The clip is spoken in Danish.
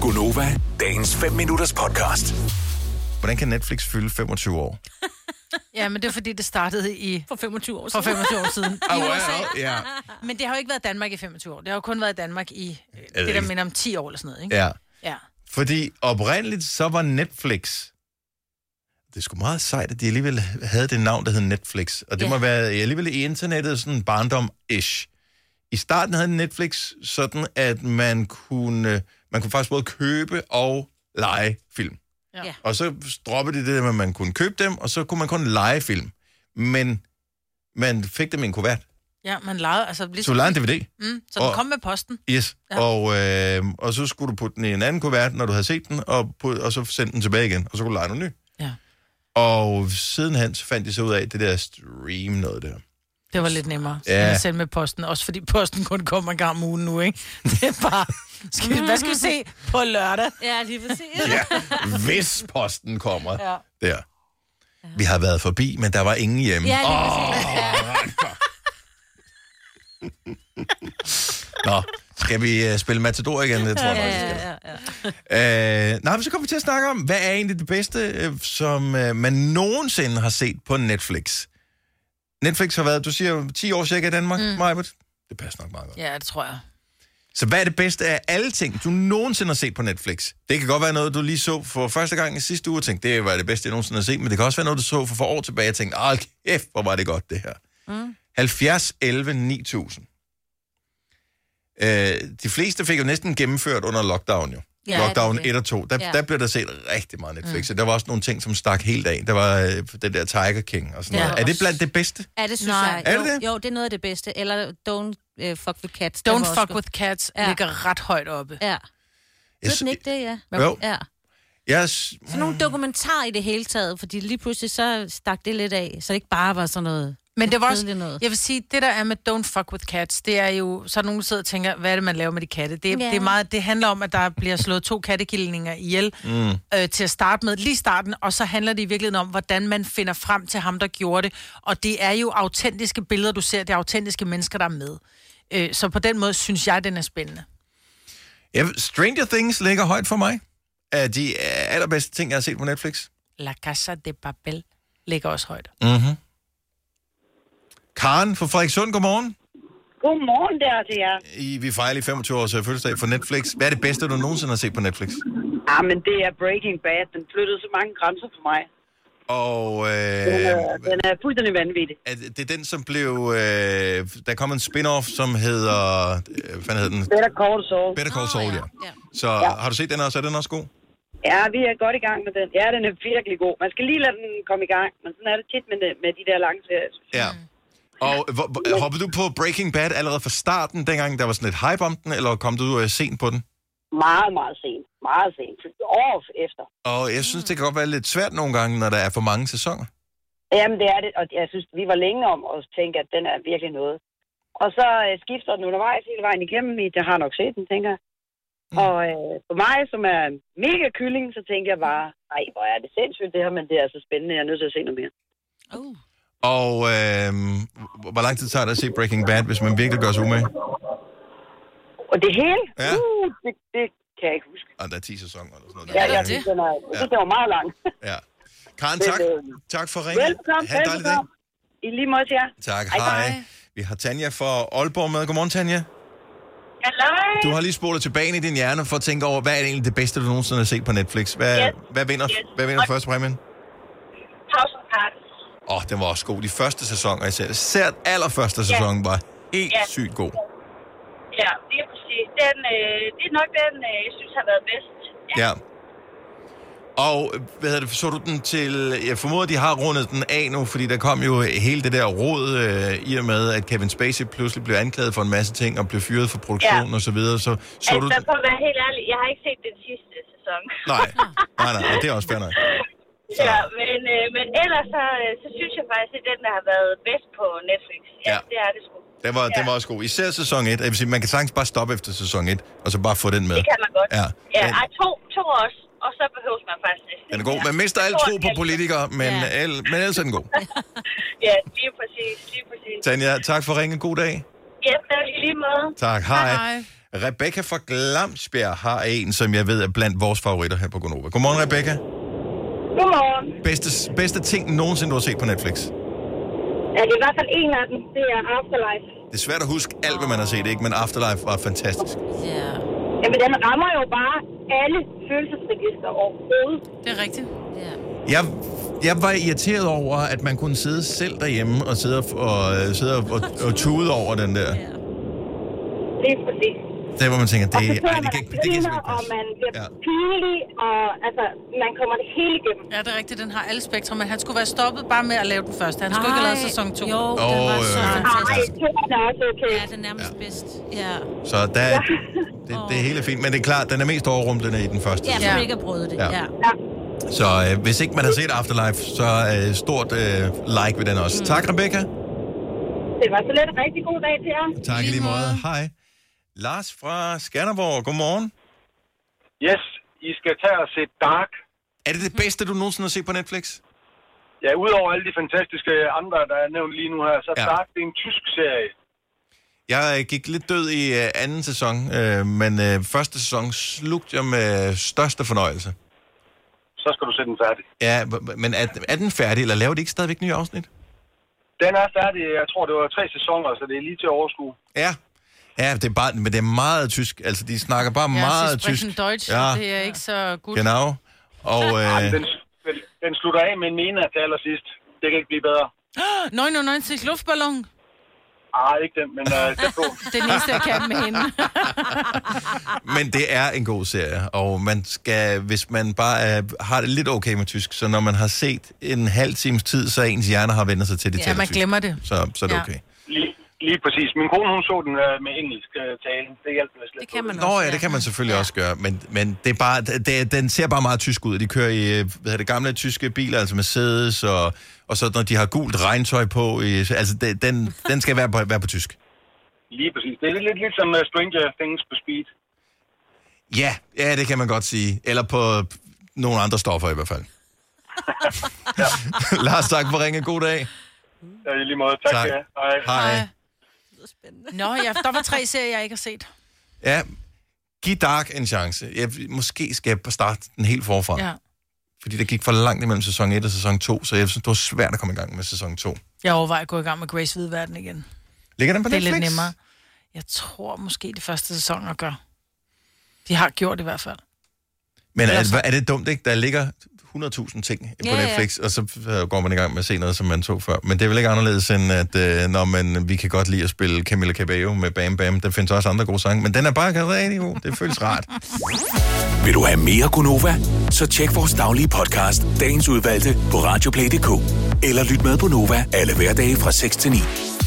Gunova, dagens 5 minutters podcast. Hvordan kan Netflix fylde 25 år? Ja, men det er fordi, det startede i For 25 år for siden. 25 år siden. Oh, wow, ja. Men det har jo ikke været Danmark i 25 år. Det har jo kun været Danmark i øh, det, der ikke. minder om 10 år eller sådan noget, ikke? ja. ja. Fordi oprindeligt så var Netflix... Det er sgu meget sejt, at de alligevel havde det navn, der hed Netflix. Og det Ja. ja. må være alligevel i internettet sådan barndom-ish. I starten havde Netflix sådan, at man kunne, man kunne faktisk både købe og lege film. Ja. Ja. Og så droppede de det der med, at man kunne købe dem, og så kunne man kun lege film. Men man fik dem i en kuvert. Ja, man legede, altså Så ligesom, du lejede en DVD. mm, så den og- kom med posten. Yes, Ja. ja. og, øh, og så skulle du putte den i en anden kuvert, når du havde set den, og, put, og så sende den tilbage igen, og så kunne du lege noget ny. Ja. Og sidenhen så fandt de så ud af, det der stream noget der. Det var lidt nemmere ja. Ja. at sende med posten, også fordi posten kun kommer en gang om ugen nu, ikke? Det er bare, skal vi, hvad skal vi se på lørdag? Ja, lige præcis. Ja, hvis posten kommer Ja. ja. der. Vi har været forbi, men der var ingen hjemme. Ja, lige Åh, præcis. Ja. Nå, skal vi øh, spille Matador igen? Det tror jeg nok, vi skal. Ja, ja, ja. Øh, nej, men så kommer vi til at snakke om, hvad er egentlig det bedste, øh, som øh, man nogensinde har set på Netflix? Netflix har været, du siger, jo 10 år cirka i Danmark, mm. Majbert. Det passer nok meget godt. Ja, det tror jeg. Så hvad er det bedste af alle ting, du nogensinde har set på Netflix? Det kan godt være noget, du lige så for første gang i sidste uge og tænkte, det var det bedste, jeg nogensinde har set, men det kan også være noget, du så for, for år tilbage og tænkte, ah, kæft, hvor var det godt, det her. Mm. 70, 11, 9000. Øh, de fleste fik jo næsten gennemført under lockdown jo. Ja, Ja, lockdown det er det. 1 og 2. Der, Ja. ja. der blev der set rigtig meget Netflix, mm. og der var også nogle ting, som stak helt af. Der var øh, den der Tiger King og sådan Ja, ja, noget. Er det også. blandt det bedste? ja, det synes Nej. jeg. Er Jo, det det? Jo, det er noget af det bedste. Eller don't uh, fuck with cats. Den var Don't også fuck god. with cats Ja. ja. ligger ret højt oppe. Ja. Jeg, Ved den ikke det, ja? Jo. Ja. jeg, s- Så nogle dokumentarer i det hele taget, fordi lige pludselig så stak det lidt af, så det ikke bare var sådan noget. Men det var også, Kedeligt noget. jeg vil sige, det der er med don't fuck with cats, det er jo, så er der nogen der sidder og tænker, hvad er det, man laver med de katte? Det, Ja. yeah. det, er meget, det handler om, at der bliver slået to kattekillinger ihjel mm. øh, til at starte med, lige i starten, og så handler det i virkeligheden om, hvordan man finder frem til ham, der gjorde det. Og det er jo autentiske billeder, du ser, det er autentiske mennesker, der er med. Øh, så på den måde synes jeg, den er spændende. Ja, Stranger Things ligger højt for mig. Er de øh, allerbedste ting, jeg har set på Netflix. La Casa de Papel ligger også højt. Karen fra Frederikssund, godmorgen. Godmorgen der til jer. I, vi fejrer lige 25 års øh, fødselsdag for Netflix. Hvad er det bedste, du nogensinde har set på Netflix? Ah, men det er Breaking Bad. Den flyttede så mange grænser for mig. Og Den, øh, øh, den er fuldstændig vanvittig. er det, det er den, som blev... Øh, der kom en spin-off, som hedder... Øh, hvad fanden hed den? Better Call Saul. Better Call Saul, ja. ja. Så har du set den også? Er den også god? Ja, vi er godt i gang med den. Ja, den er virkelig god. Man skal lige lade den komme i gang, men sådan er det tit med, med de der lange serier. synes jeg. Ja. Og hvor, hvor- hoppede du på Breaking Bad allerede fra starten, dengang der var sådan et hype om den, eller kom du øh, sent på den? Meget, meget sent. Meget sent. År efter. Og jeg synes, det kan godt være lidt svært nogle gange, når der er for mange sæsoner. Jamen, det er det. Og jeg synes, vi var længe om at tænke, at den er virkelig noget. Og så øh, skifter den undervejs hele vejen igennem. I, det har nok set den, tænker jeg. Mm. Og øh, for mig, som er mega kylling, så tænker jeg bare, nej, hvor er det sindssygt det her, men det er så spændende, jeg er nødt til at se noget mere. Oh. Og øh, hvor lang tid tager det at se Breaking Bad, hvis man virkelig gør sig umage? Og det hele? Ja. Uh, det, det kan jeg ikke huske. Og Ah, der er 10 sæsoner eller sådan noget. Ja, Der. ja, det? det. Den er, det, det var meget langt. ja. Karen, Men, tak. øh, Tak for ringen. velkommen, Ha' en dejlig dag. velkommen. I lige måde til jer. Tak, Hej, hej. hej. Vi har Tanja fra Aalborg med. Godmorgen, Tanja. Hallo. Du har lige spolet tilbage ind i din hjerne for at tænke over, hvad er det egentlig det bedste, du nogensinde har set på Netflix? Hvad, Yes. hvad vinder, Yes. hvad vinder første præmien? House of Cards. Åh, oh, den var også god. De første sæsoner, især, især allerførste sæson, var helt Ja. sygt god. Ja, det er præcis. Den, øh, det er nok den, øh, jeg synes har været bedst. Ja. Og hvad hedder det, så du den til... Jeg formoder, de har rundet den af nu, fordi der kom jo hele det der råd øh, i og med, at Kevin Spacey pludselig blev anklaget for en masse ting og blev fyret fra produktionen ja. og så videre. Så så du... Altså, for at være helt ærlig, jeg har ikke set den sidste sæson. Nej, nej, nej, og det er også fair nok. Så- Ja, men, øh, men ellers så, øh, så synes jeg faktisk, at den, der har været bedst på Netflix. Ja, Ja. det er det sgu. Den var, ja. Ja. den var også god. Især sæson 1. Jeg vil sige, man kan sagtens bare stoppe efter sæson 1, og så bare få den med. Det kan man godt. Ja. ja Den- ej, to, to også, og så behøves man faktisk næsten. Den er ikke god. Man mere. mister alt Jeg tror, tro på at- politikere, men, Ja. ja. el, men ellers er den god. Ja, lige præcis, lige præcis. Tanja, tak for ringen. God dag. Ja, tak i lige måde. Tak. Hej. Hej, hej. Rebecca fra Glamsbjerg har en, som jeg ved er blandt vores favoritter her på Gonova. Godmorgen, Rebecca. Godmorgen. Bedste, bedste ting nogensinde, du har set på Netflix. Ja, det er i hvert fald en af dem. Det er Afterlife. Det er svært at huske alt, hvad man har set, ikke? men Afterlife var fantastisk. Ja. Jamen, den rammer jo bare alle følelsesregister overhovedet. Det er rigtigt. ja. Jeg, jeg var irriteret over, at man kunne sidde selv derhjemme og sidde og, og, øh, sidde og, og, og tude over den der. Lige præcis. Der, hvor man tænker, det, Og ej, så det kan, sidder man ikke- det og kan griner, simpelthen og ikke man bliver Ja. ja. pinlig, og altså, man kommer det hele igennem. Ja, det er rigtigt. Den har alle spektre, men han skulle være stoppet bare med at lave den første. Han skulle Ej. ikke have Ej, lavet sæson 2. Jo, oh, den var Åh, så ja. Ej, fantastisk. det er også okay. Ja, den er nærmest bedst. Ja. passe. Så der, er- det, det er helt fint, men det er klart, den er mest overrumplende i den første. Ja, for Ja. ja. ikke har prøvet det. Ja. Ja. ja. Ja. Så øh, hvis ikke man har set Afterlife, så øh, stort øh, like ved den også. Mm. Tak, Rebecca. Det var så lidt en rigtig god dag til jer. Tak i lige måde. Hej. Lars fra Skanderborg, godmorgen. Yes, I skal tage og se Dark. Er det det bedste, du nogensinde har set på Netflix? Ja, udover alle de fantastiske andre, der er nævnt lige nu her, så Ja. ja. Dark, det er en tysk serie. Jeg øh, gik lidt død i øh, anden sæson, øh, men øh, første sæson slugte jeg med største fornøjelse. Så skal du se den færdig. Ja, b- men er, er den færdig, eller laver de ikke stadigvæk nye afsnit? Den er færdig, jeg tror, det var tre sæsoner, så det er lige til at overskue. Ja. Ja, det er bare, men det er meget tysk. Altså, de snakker bare Ja, meget sie sprechen tysk. Deutsch, Ja. ja. det er ikke så godt. Genau. Og, øh, Den, den, den slutter af med en Nena til allersidst. Det kan ikke blive bedre. 99 luftballon. Ah, ikke den, men uh, den på. Det næste, jeg kan med hende. men det er en god serie, og man skal, hvis man bare øh, har det lidt okay med tysk, så når man har set en halv times tid, så er ens hjerne har vendt sig til det Ja, man glemmer det. Så, så er det Ja. okay. Lige, lige præcis. Min kone, hun så den uh, med engelsk uh, tale. Det hjalp mig slet. Det kan man også. Nå ja, det kan man selvfølgelig også gøre, men, men det er bare, det- det, den ser bare meget tysk ud. De kører i øh, hvad hedder det, gamle tyske biler, altså Mercedes, og, og så når de har gult regntøj på, i, altså det, den, den skal være på, være på tysk. Lige præcis. Det er lidt, lidt ligesom uh, Stranger Things på speed. Ja, ja, det kan man godt sige. Eller på nogle andre stoffer i hvert fald. Lars, tak for ringe. God dag. Uh, I lige måde. Tak, Tak. tak. Ja. Hej. Hej. Nå, ja, der var tre serier, jeg ikke har set. Ja, giv Dark en chance. Jeg, måske skal jeg starte den helt forfra. Ja. Fordi der gik for langt imellem sæson 1 og sæson 2, så jeg synes, det var svært at komme i gang med sæson 2. Jeg overvejer at gå i gang med Grace Hvide Verden igen. Det Ligger den på er Netflix? lidt nemmere. Jeg tror måske det første sæson at gøre. De har gjort det i hvert fald. Men er, Ellers så- det- er det dumt, ikke? Der ligger 100.000 ting på Ja, ja. Netflix, og så øh, går man i gang med at se noget, som man så før. Men det er vel ikke anderledes end, at øh, når man, vi kan godt lide at spille Camila Cabello med Bam Bam. Der findes også andre gode sange, men den er bare rigtig god. Det føles rart. Vil du have mere Gunova? Så tjek vores daglige podcast, dagens udvalgte, på radioplay.dk. Eller lyt med på Nova alle hverdage fra 6 til 9.